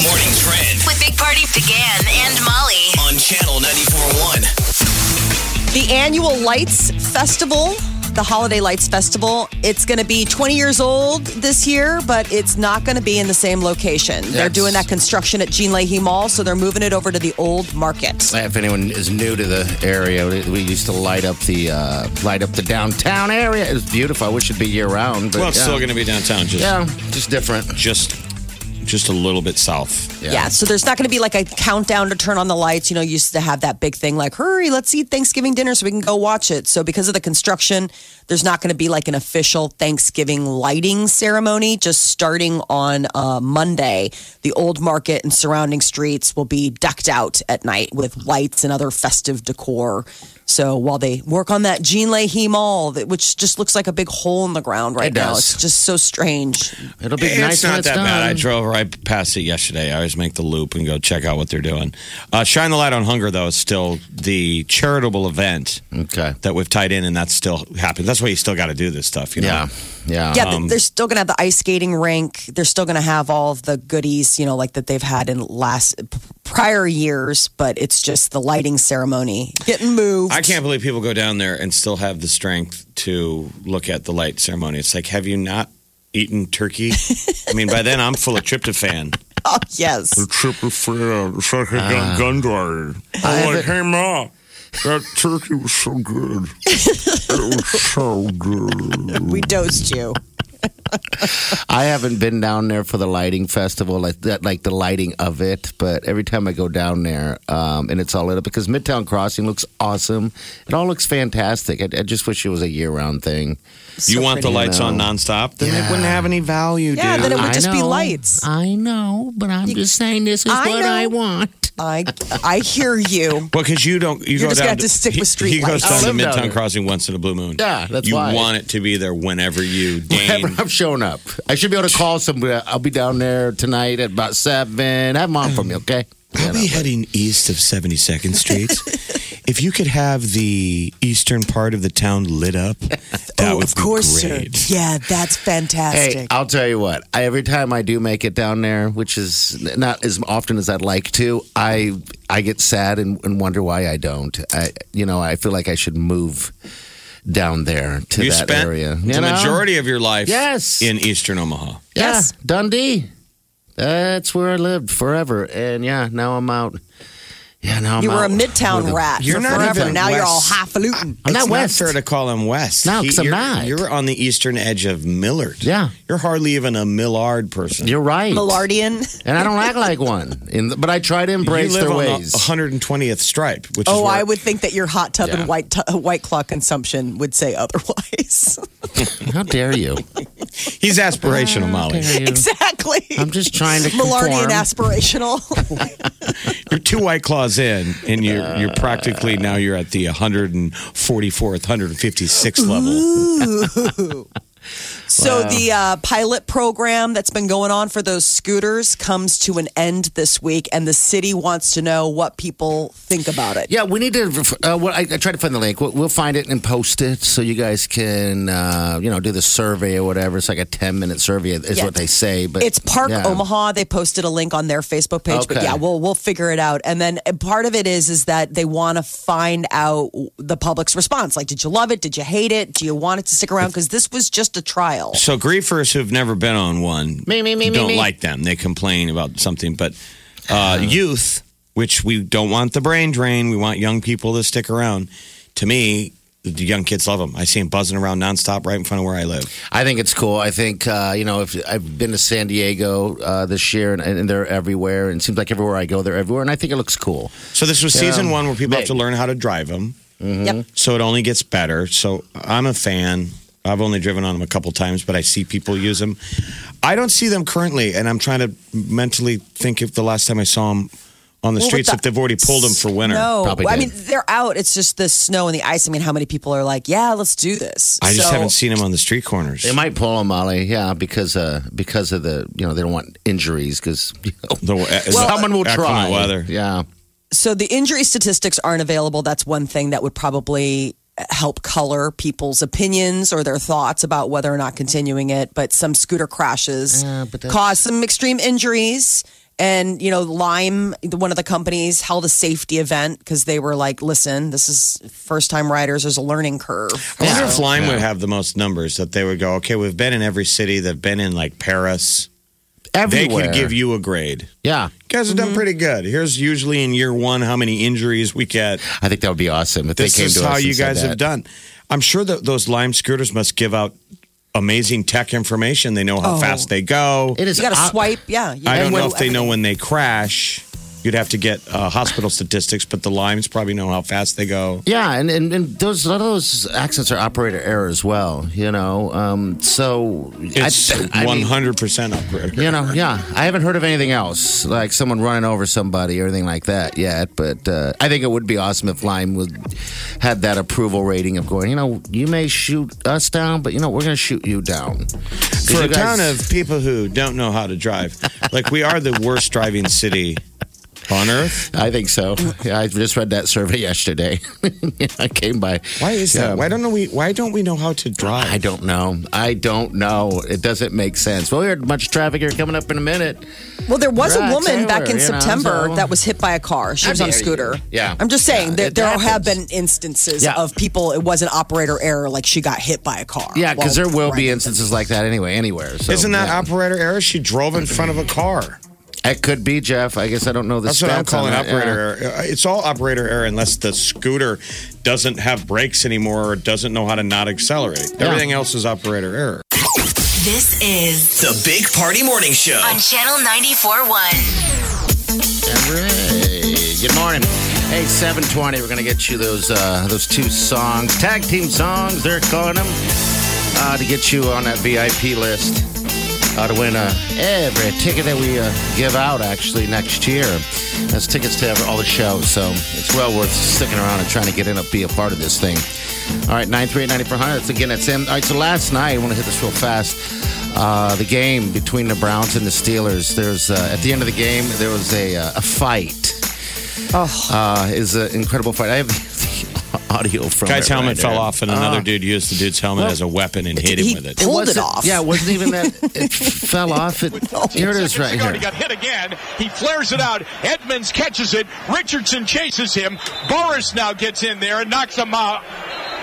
morning trend With Big Party began and Molly. on channel 941. The annual Lights Festival, the Holiday Lights Festival, it's going to be 20 years old this year, but it's not going to be in the same location. They're Yes. doing that construction at Jean Leahy Mall, so they're moving it over to the old market. If anyone is new to the area, we- we used to light up the uh, light up the downtown area. It's beautiful. I wish it'd be year round. But Well, it's yeah. still going to be downtown, just yeah, just different. just just a little bit south. Yeah. so there's not going to be like a countdown to turn on the lights. You know, you used to have that big thing like, hurry, let's eat Thanksgiving dinner so we can go watch it. So because of the construction, there's not going to be like an official Thanksgiving lighting ceremony. Just starting on uh, Monday, the old market and surrounding streets will be decked out at night with lights and other festive decor. So while they work on that Jean Leahy Mall, that- which just looks like a big hole in the ground right It now, does. it's just so strange. It'll be it's nice not when it's that done. bad. I drove right past it yesterday. I always make the loop and go check out what they're doing. Uh, Shine the light on hunger though is still the charitable event okay. that we've tied in, and that's still happening. That's why you still got to do this stuff. You know? Yeah. Yeah. Yeah, Um, th- they're still going to have the ice skating rink. They're still going to have all of the goodies, you know, like that they've had in last p- prior years, but it's just the lighting ceremony getting moved. I can't believe people go down there and still have the strength to look at the light ceremony. It's like, have you not eaten turkey? I mean, by then I'm full of tryptophan. Oh, yes. triple flat. It's like a uh, Gundar. I'm like, hey, Ma, that turkey was so good. it was so good. We dosed you. I haven't been down there for the lighting festival, like that, like the lighting of it. But every time I go down there, um, and it's all lit up because Midtown Crossing looks awesome. It all looks fantastic. I, I just wish it was a year-round thing. you want the lights though. on nonstop? Then Yeah. they wouldn't have any value, Yeah, dude. then it would I just be know. lights. I know, but I'm just saying this is I what know. I want. I, I hear you. Well, because you don't, you You're go just down gonna have to stick he- with street He goes lights. down I to live down Midtown there. Crossing once in a blue moon. Yeah, that's you why. want it to be there whenever you Whenever deign. I've shown up, I should be able to call somebody. I'll be down there tonight at about seven. Have mom for me, okay? I'll be heading east of 72nd Street. if you could have the eastern part of the town lit up, that oh, would of be course, great. sir. Yeah, that's Hey, fantastic. I'll tell you what. I, every time I do make it down there, which is not as often as I'd like to, I I get sad and, and wonder why I don't. I you know I feel like I should move down there to you that spent area. the you know? majority of your life Yes. in eastern Omaha. yeah, Yes. Dundee. That's where I lived forever, and yeah, now I'm out. Yeah, now I'm you were a out. midtown rat You're for not forever. even Now you're all West. highfalutin. I'm not it's west. not fair to call him west. No, 'cause I'm you're, not. You're on the eastern edge of Millard. Yeah. You're hardly even a Millard person. You're right. Millardian. and I don't act like one. In the, but I try to embrace you live their on ways. the 120th stripe, which is Oh, where- I would think that your hot tub Yeah. and white, tu- uh, white claw consumption would say otherwise. How dare you? He's aspirational, Uh, Molly. exactly. I'm just trying to Millardian conform. aspirational. You're two white claws in, and you're you're practically now you're at the 144th, 156th level. so the uh, pilot program that's been going on for those scooters comes to an end this week, and the city wants to know what people think about it. Yeah, we need to. Uh, well, I, I try to find the link. We'll, we'll find it and post it so you guys can, uh, you know, do the survey or whatever. It's like a ten minute survey, is Yeah. what they say. But It's Park yeah. Omaha. They posted a link on their Facebook page, but Okay. yeah, we'll we'll figure it out. And then uh, part of it is is that they want to find out the public's response. Like, did you love it? Did you hate it? Do you want it to stick around? Because this was just a trial. So griefers who've never been on one Me, me, me, me, don't me. like them. They complain about something, but uh, youth, which we don't want the brain drain, we want young people to stick around. To me, the young kids love them. I see them buzzing around nonstop right in front of where I live. I think it's cool. I think uh, you know, if I've been to San Diego uh, this year, and, and they're everywhere, and it seems like everywhere I go, they're everywhere, and I think it looks cool. So this was season one where people have to Big. learn how to drive them. Mm-hmm. Yep. So it only gets better. So I'm a fan. I've only driven on them a couple times, but I see people use them. I don't see them currently, and I'm trying to mentally think of the last time I saw them on the Well, streets with if they've already pulled them for winter. No, Probably I did. mean they're out. It's just the snow and the ice. I mean, how many people are like, "Yeah, let's do this." I just So- haven't seen them on the street corners. They might pull them, Molly. Yeah, because uh, because of the you know they don't want injuries because you know, The- the someone will try. inclement weather. Yeah, So the injury statistics aren't available. That's one thing that would probably help color people's opinions or their thoughts about whether or not continuing it. But some scooter crashes cause some extreme injuries. And you know, Lime, the- one of the companies, held a safety event because they were like, "Listen, this is first time riders. There's a learning curve." I wonder if Lime would have the most numbers that they would go, okay, we've been in every city, they've been in like Paris. everywhere. Mm-hmm. They could give you a grade. Yeah, You guys have done pretty good. Here's usually in year one how many injuries we get. I think that would be awesome if This they came is to us how and you said guys have that. done. I'm sure that those Lime scooters must give out amazing tech information. They know how fast they go. Oh. It is. You got to out- swipe, yeah. You I don't gotta know if they everything. know when they crash. You'd have to get uh, hospital statistics, but the limes probably know how fast they go. Yeah, and, and, and those a lot of those accents are operator error as well. You know, um, so I- It's I one mean, hundred percent upgrade. You know, yeah, I haven't heard of anything else like someone running over somebody or anything like that yet. But uh, I think it would be awesome if Lime would had that approval rating of going. You know, you may shoot us down, but you know we're going to shoot you down. For a town of people who don't know how to drive, like we are the worst driving city on earth. I think so. Yeah, I just read that survey yesterday. I came by. Why is Yeah. that? Why don't we? Why don't we know how to drive? I don't know. I don't know. It doesn't make sense. Well, we had much traffic here coming up in a minute. Well, there was a Drugs woman back in everywhere, you know, September so- that was hit by a car. She How was on a dare scooter. you. Yeah. I'm just saying Yeah, that it there have been happens. instances Yeah. of people, it wasn't operator error, like she got hit by a car. Yeah, because Well, there will be right. instances like that anyway, anywhere. So, Isn't that yeah. operator error? She drove in front of a car. It could be Jeff. I guess I don't know the That's stats what I'm calling on that. operator Yeah. error. Uh, It's all operator error unless the scooter doesn't have brakes anymore or doesn't know how to not accelerate. Everything else is operator error. This is The Big Party Morning Show. on Channel 94.1. All right. Good morning. Hey, 720. We're gonna get you those uh, those two songs, tag team songs. They're calling them uh, to get you on that VIP list uh, to win uh, every ticket that we uh, give out actually next year. That's tickets to all the shows, so it's well worth sticking around and trying to get in and be a part of this thing. All right, 938-9400. That's again, it's him. All right, so last night, I want to hit this real fast. Uh, the game between the Browns and the Steelers. There's uh, at the end of the game, there was a, uh, a fight. Uh, is an incredible fight. I have the audio from it Guy's right helmet fell there. off, and another dude used the dude's helmet as a weapon and hit him he- with it. it Pulled wasn't- off. Yeah, it wasn't even that. It fell off. It, Oh, here it is right Seconds ago, here. He got hit again. He flares it out. Edmonds catches it. Richardson chases him. Boris now gets in there and knocks him out.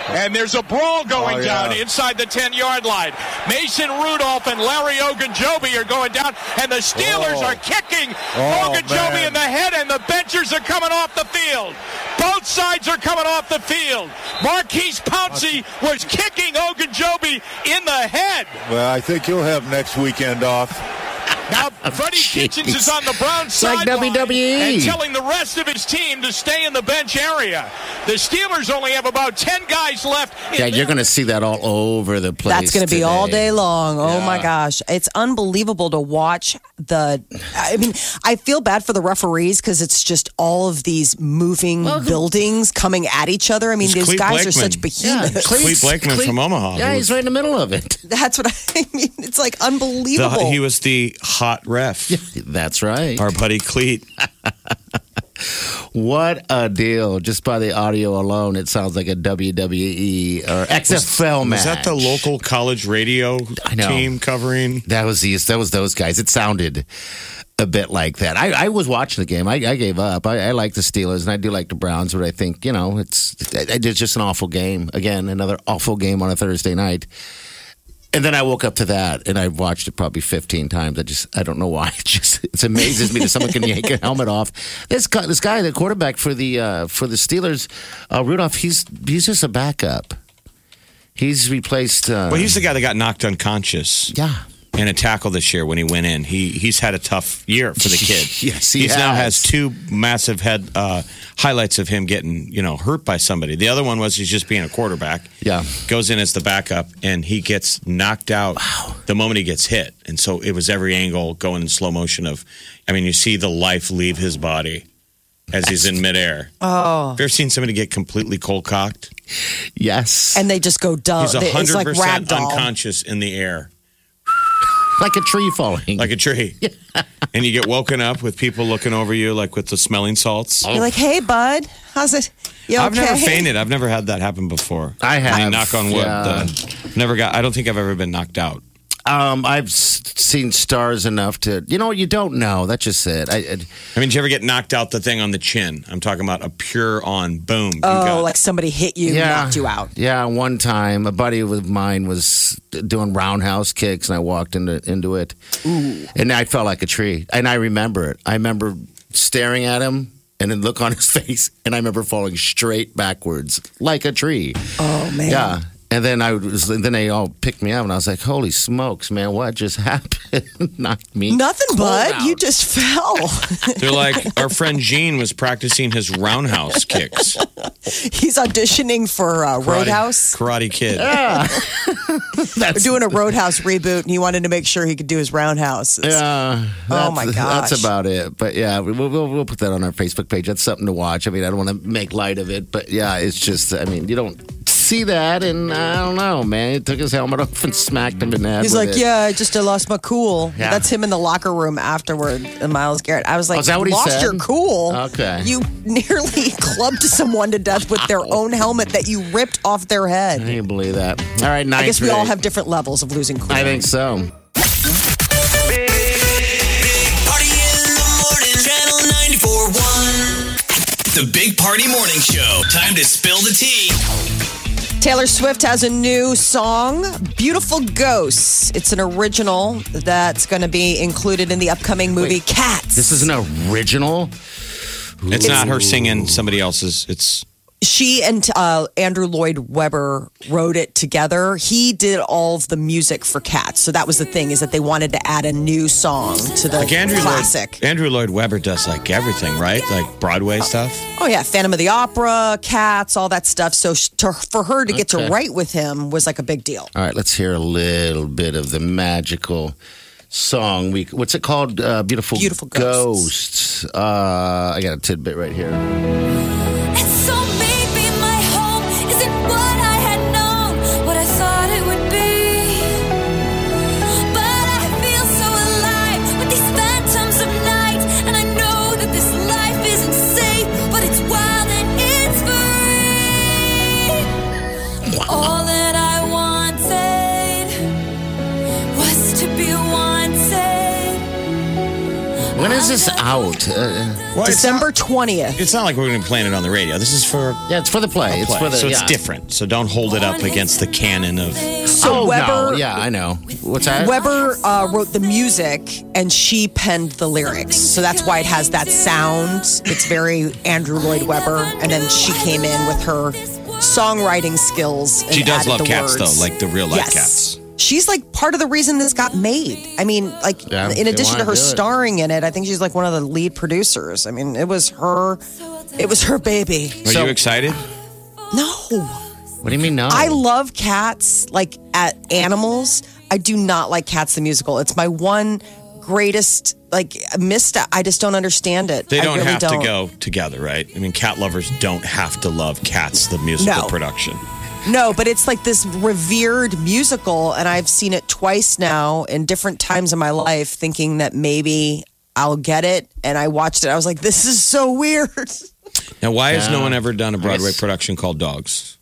And there's a brawl going Oh, down inside the 10 yard line. Mason Rudolph and Larry Ogunjobi are going down, and the Steelers are kicking Oh, Ogunjobi in the head, and the benchers are coming off the field. Both sides are coming off the field. Marquise Pouncey was kicking Ogunjobi in the head. Well, I think you'll have next weekend off. Now, Freddie Kitchens is on the Browns Oh, It's like E. sideline WWE. and telling the rest of his team to stay in the bench area. The Steelers only have about 10 guys left. in Yeah, you're their- going to see that all over the place. That's going to be all today. day long. Oh my gosh. It's unbelievable to watch the. I mean, I feel bad for the referees because it's just all of these moving buildings coming at each other. I mean, It's these Cleve guys are Blakeman. such behemoths. Cleve Blakeman from Omaha. Yeah, who he's right in the middle of it. That's what I mean. It's like The, unbelievable. he was the hot ref. That's right. Our buddy Cleet. What a deal! Just by the audio alone, it sounds like a WWE or XFL match. Was that the local college radio Oh, I know. team covering? That was these. That was those guys. It sounded a bit like that. I, I was watching the game. I, I gave up. I, I like the Steelers and I do like the Browns, but I think you know it's it- it's just an awful game. Again, another awful game on a Thursday night. And then I woke up to that, and I watched it probably 15 times. I just I don't know why. It just it amazes me that someone can yank a helmet off. This guy, this guy, the quarterback for the uh, for the Steelers, uh, Rudolph. He's he's just a backup. He's replaced. Uh, Well, he's the guy that got knocked unconscious. yeah. in a tackle this year when he went in. He he's had a tough year for the kid. Yes, he he's now has has. two massive head uh, highlights of him getting you know hurt by somebody. The other one was he's just being a quarterback. Yeah. goes in as the backup and he gets knocked out the moment he gets hit. And so it was every angle going in slow motion of, I mean, you see the life leave his body. as he's in midair. Oh. Have you ever seen somebody get completely cold cocked? Yes. and they just go dumb. He's Oh, They- It's like 100% ragdoll. unconscious in the air, like a tree falling. like a tree. and you get woken up with people looking over you, like with the smelling salts. You're Oh. like, hey, bud, how's it? You I've never okay?" fainted. I've never had that happen before. I have, mean, knock on wood. yeah. uh, never got. I don't think I've ever been knocked out. um, I've s- seen stars enough to, you know, what you don't know. That's just it. I, I, I mean, did you ever get knocked out the thing on the chin? I'm talking about a pure on boom. You Oh, got- like somebody hit you, knocked you out. Yeah, one time a buddy of mine was doing roundhouse kicks, and I walked into into it, and I felt like a tree. And I remember it. I remember staring at him and then look on his face, and I remember falling straight backwards like a tree. Oh man. Yeah. And then I was, then they all picked me up, and I was like, "Holy smokes, man! What just happened? Knocked me Nothing, cold bud. out. You just fell. They're like our friend Gene was practicing his roundhouse kicks. He's auditioning for uh, Roadhouse. Karate Kid. They're doing a Roadhouse reboot, and he wanted to make sure he could do his Roundhouse. Yeah. Oh, that's- my gosh. That's about it. But yeah, we- we'll, we'll we'll put that on our Facebook page. That's something to watch. I mean, I don't want to make light of it, but yeah, it's just. I mean, you don't see that, and I don't know, man. He took his helmet off and smacked him in the head. He's with like, it. yeah, I just I lost my cool. Yeah. That's him in the locker room afterward. And Miles Garrett, I was like, Oh, is that what he lost said? your cool. Okay. you nearly clubbed someone to death with their own helmet that you ripped off their I head. can't believe that. All right, I nine guess we through all eight. have different levels of losing cool. I think so. Party in the morning. Channel 941. The Big Party Morning Show. Time to spill the tea. Taylor Swift has a new song, Beautiful Ghosts. It's an original that's going to be included in the upcoming movie Cats. This is an original. It's not her singing somebody else's. It's she and uh, Andrew Lloyd Webber wrote it together. He did all of the music for Cats, so that was the thing is that they wanted to add a new song to the like Andrew classic. Lloyd. Andrew Lloyd Webber does like everything, right? Like Broadway stuff. Oh yeah, Phantom of the Opera, Cats, all that stuff. So sh to, for her to get Okay. to write with him was like a big deal. All right, let's hear a little bit of the magical song. We what's it called? Uh, Beautiful Beautiful ghosts. Ghosts. Uh, I got a tidbit right here. And so maybe my home isn't what I had known, what I thought it would be. But I feel so alive with these phantoms of night, and I know that this life isn't safe, but it's wild and it's free. All that I wanted was to be wanted. When is this out? Uh, Well, it's not- December twentieth. It's not like we're going to be playing it on the radio. This is for Yeah, it's for the play. It's play. for the so it's yeah. different. So don't hold it up against the canon of. So oh Webber, no! Yeah, I know. What's that? Weber uh, wrote the music and she penned the lyrics. So that's why it has that sound. It's very Andrew Lloyd Webber. And then she came in with her songwriting skills. And She does added love the cats, words. though, like the real life yes. cats. She's like part of the reason this got made. I mean, like, Yeah, in they addition to her wanna do it. starring in it, I think she's like one of the lead producers. I mean, it was her. It was her baby. Are So- you excited? No. What do you mean no? I love cats, like at animals. I do not like Cats the musical. It's my one greatest like missed. I just don't understand it. They I don't really have don't. to go together, right? I mean, cat lovers don't have to love cats, the musical No. production. No, but it's like this revered musical, and I've seen it twice now in different times in my life, thinking that maybe I'll get it. And I watched it. I was like, this is so weird. Now, why has no one ever done a Broadway guess- production called Dogs?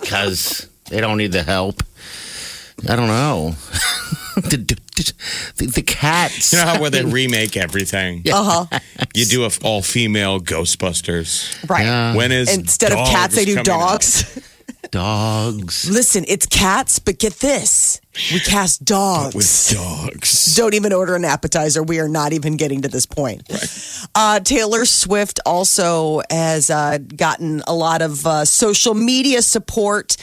because they don't need the help. I don't know. the, the, the, the cats. You know how where they remake everything? Uh huh. You do a f- all female Ghostbusters. Uh-huh. Right. Yeah. When is Instead of Dogs cats, they do coming out? dogs. dogs. Listen, it's cats, but get this: we cast dogs. with dogs. don't even order an appetizer. We are not even getting to this point. Uh, Taylor Swift also has uh, gotten a lot of uh, social media support.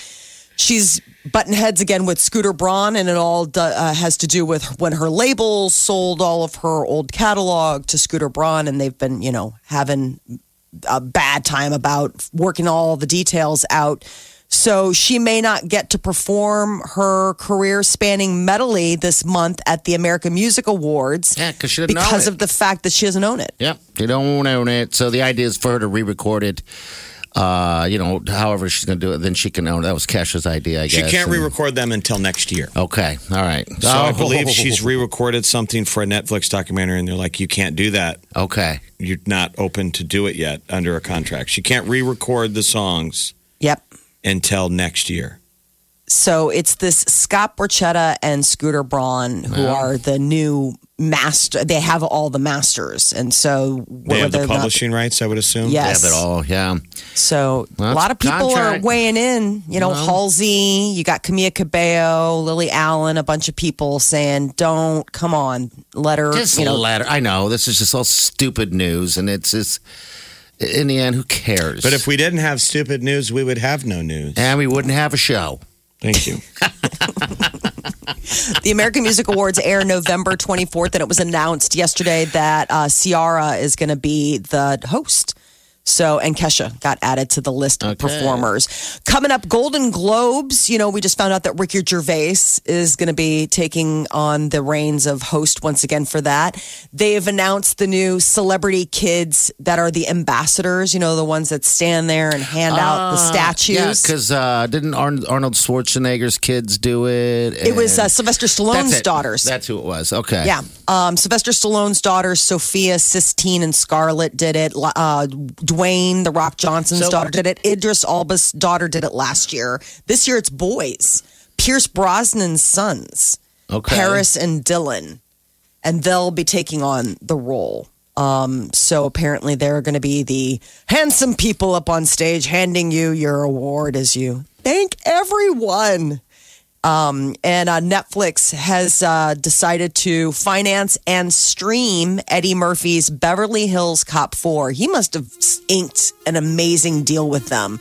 She's button heads again with Scooter Braun, and it all do- uh, has to do with when her label sold all of her old catalog to Scooter Braun, and they've been, you know, having a bad time about working all the details out. So she may not get to perform her career spanning medley this month at the American Music Awards Yeah, 'cause she didn't own because it. of the fact that she doesn't own it. Yep, they don't own it. So the idea is for her to re-record it. Uh, you know, however she's going to do it, then she can own. it. That was Kesha's idea, I She guess. can't and- Oh. re-record them until next year. Okay, all right. So I believe she's re-recorded something for a Netflix documentary, and they're like, "You can't do that. okay. You're not open to do it yet under a contract. She can't re-record the songs Yep. until next year." So it's this Scott Borchetta and Scooter Braun who are the new master. They have all the masters, and so They have the whether or not- publishing rights, I would assume. They Yes. Have it all. Yeah. So Well, a lot of people contract. are weighing in. You know, Well. Halsey, you got Camilla Cabello, Lily Allen, a bunch of people saying, "Don't come on, let her." Just you know, let her. I know this is just all stupid news, and it's just in the end, who cares? But if we didn't have stupid news, we would have no news. and we wouldn't have a show. Thank you. the American Music Awards air November 24th, and it was announced yesterday that uh, Ciara is going to be the host. So, and Kesha got added to the list of performers. Coming up, Golden Globes. You know, we just found out that Ricky Gervais is going to be taking on the reins of host once again for that. They have announced the new celebrity kids that are the ambassadors, you know, the ones that stand there and hand out the Uh, statues. Ah. Yeah, because uh, didn't Arn- Arnold Schwarzenegger's kids do it? it was uh, And- Sylvester That's Stallone's it. daughters. That's who it was. Okay. Yeah. Um, Sylvester Stallone's daughters, Sophia, Sistine, and Scarlett did it. L- Uh, Dwayne, The Rock Johnson's So- daughter did it. Idris Alba's daughter did it last year. This year it's boys. Pierce Brosnan's sons, Okay. Paris and Dylan. And they'll be taking on the role. Um, so apparently they're going to be the handsome people up on stage handing you your award as you thank everyone. Um, and uh, Netflix has uh, decided to finance and stream Eddie Murphy's Beverly Hills Cop 4. He must have inked an amazing deal with them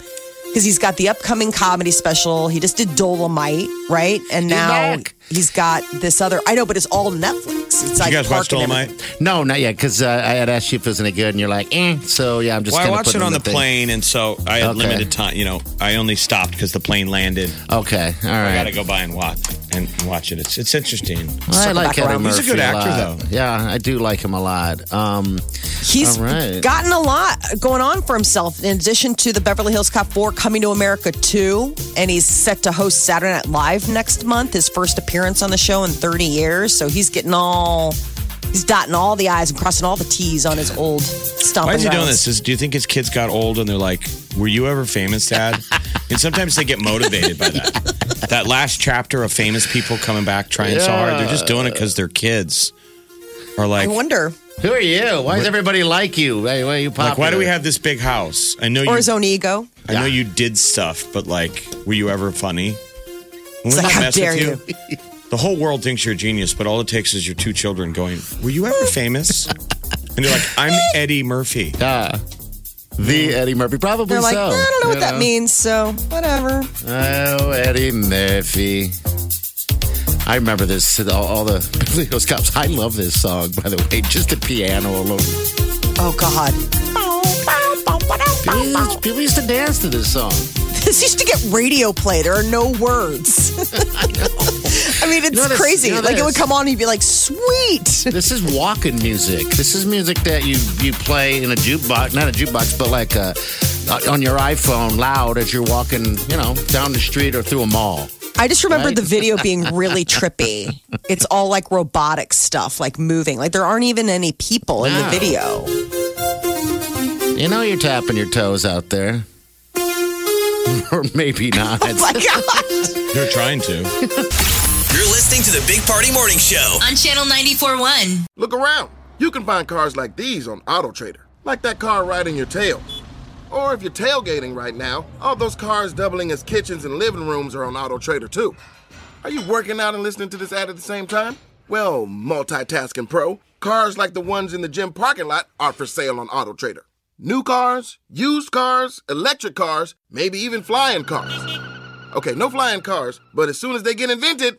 because he's got the upcoming comedy special. He just did Dolomite, right? And now back. he's got this other. I know, but it's all Netflix. It's like you guys watch Park and everything. Dolomite? No, not yet. Because uh, I had asked you if it was any good, and you're like, eh. So yeah, I'm just. Well, I gonna watched put it on in the thing. plane, and so I had Okay. limited time. You know, I only stopped because the plane landed. Okay. All I got to right. go by and watch and watch it. It's it's interesting. I Circle like back Eddie around. Murphy He's a good actor, lot. though. Yeah, I do like him a lot. Um, He's All right. gotten a lot going on for himself. In addition to the Beverly Hills Cop 4 coming to America 2, and he's set to host Saturday Night Live next month, his first appearance on the show in 30 years. So he's getting all, he's dotting all the I's and crossing all the T's on his old stomping Why is he doing grounds. this? Is, do you think his kids got old and they're like, "Were you ever famous, Dad?" and sometimes they get motivated by that. that last chapter of famous people coming back trying so hard, they're just doing it because their kids are I like, wonder. who are you? Why does everybody like you? Why, why are you popular? like, why do we have this big house? I know Or you his own ego. I know you did stuff, but like, were you ever funny? When It's we like, how mess with dare The whole world thinks you're a genius, but all it takes is your two children going, Were you ever famous? and they're like, I'm Eddie Murphy. Yeah. The Eddie Murphy, probably They're like, so. "Nah, I don't know what you that means, so whatever. Oh, Eddie Murphy. I remember this. All, all the Beverly Hills Cops. I love this song, by the way. Just the piano alone. Oh, God. People people used to dance to this song. This used to get radio play. There are no words. I mean, it's You know this- crazy. you know like, it would this. come on and you'd be like, sweet. This is walking music. This is music that you you play in a jukebox, not a jukebox, but like uh on your iPhone, loud as you're walking, you know, down the street or through a mall. I just remember Right? the video being really trippy. It's all like robotic stuff, like moving. Like there aren't even any people in the No. video. You know, you're tapping your toes out there, or maybe not. My God. They're trying to. You're listening to the Big Party Morning Show. On Channel 94.1. Look around. You can find cars like these on AutoTrader, like that car riding your tail. Or if you're tailgating right now, all those cars doubling as kitchens and living rooms are on AutoTrader too. Are you working out and listening to this ad at the same time? Well, multitasking pro, cars like the ones in the gym parking lot are for sale on AutoTrader. New cars, used cars, electric cars, maybe even flying cars. Okay, no flying cars, but as soon as they get invented,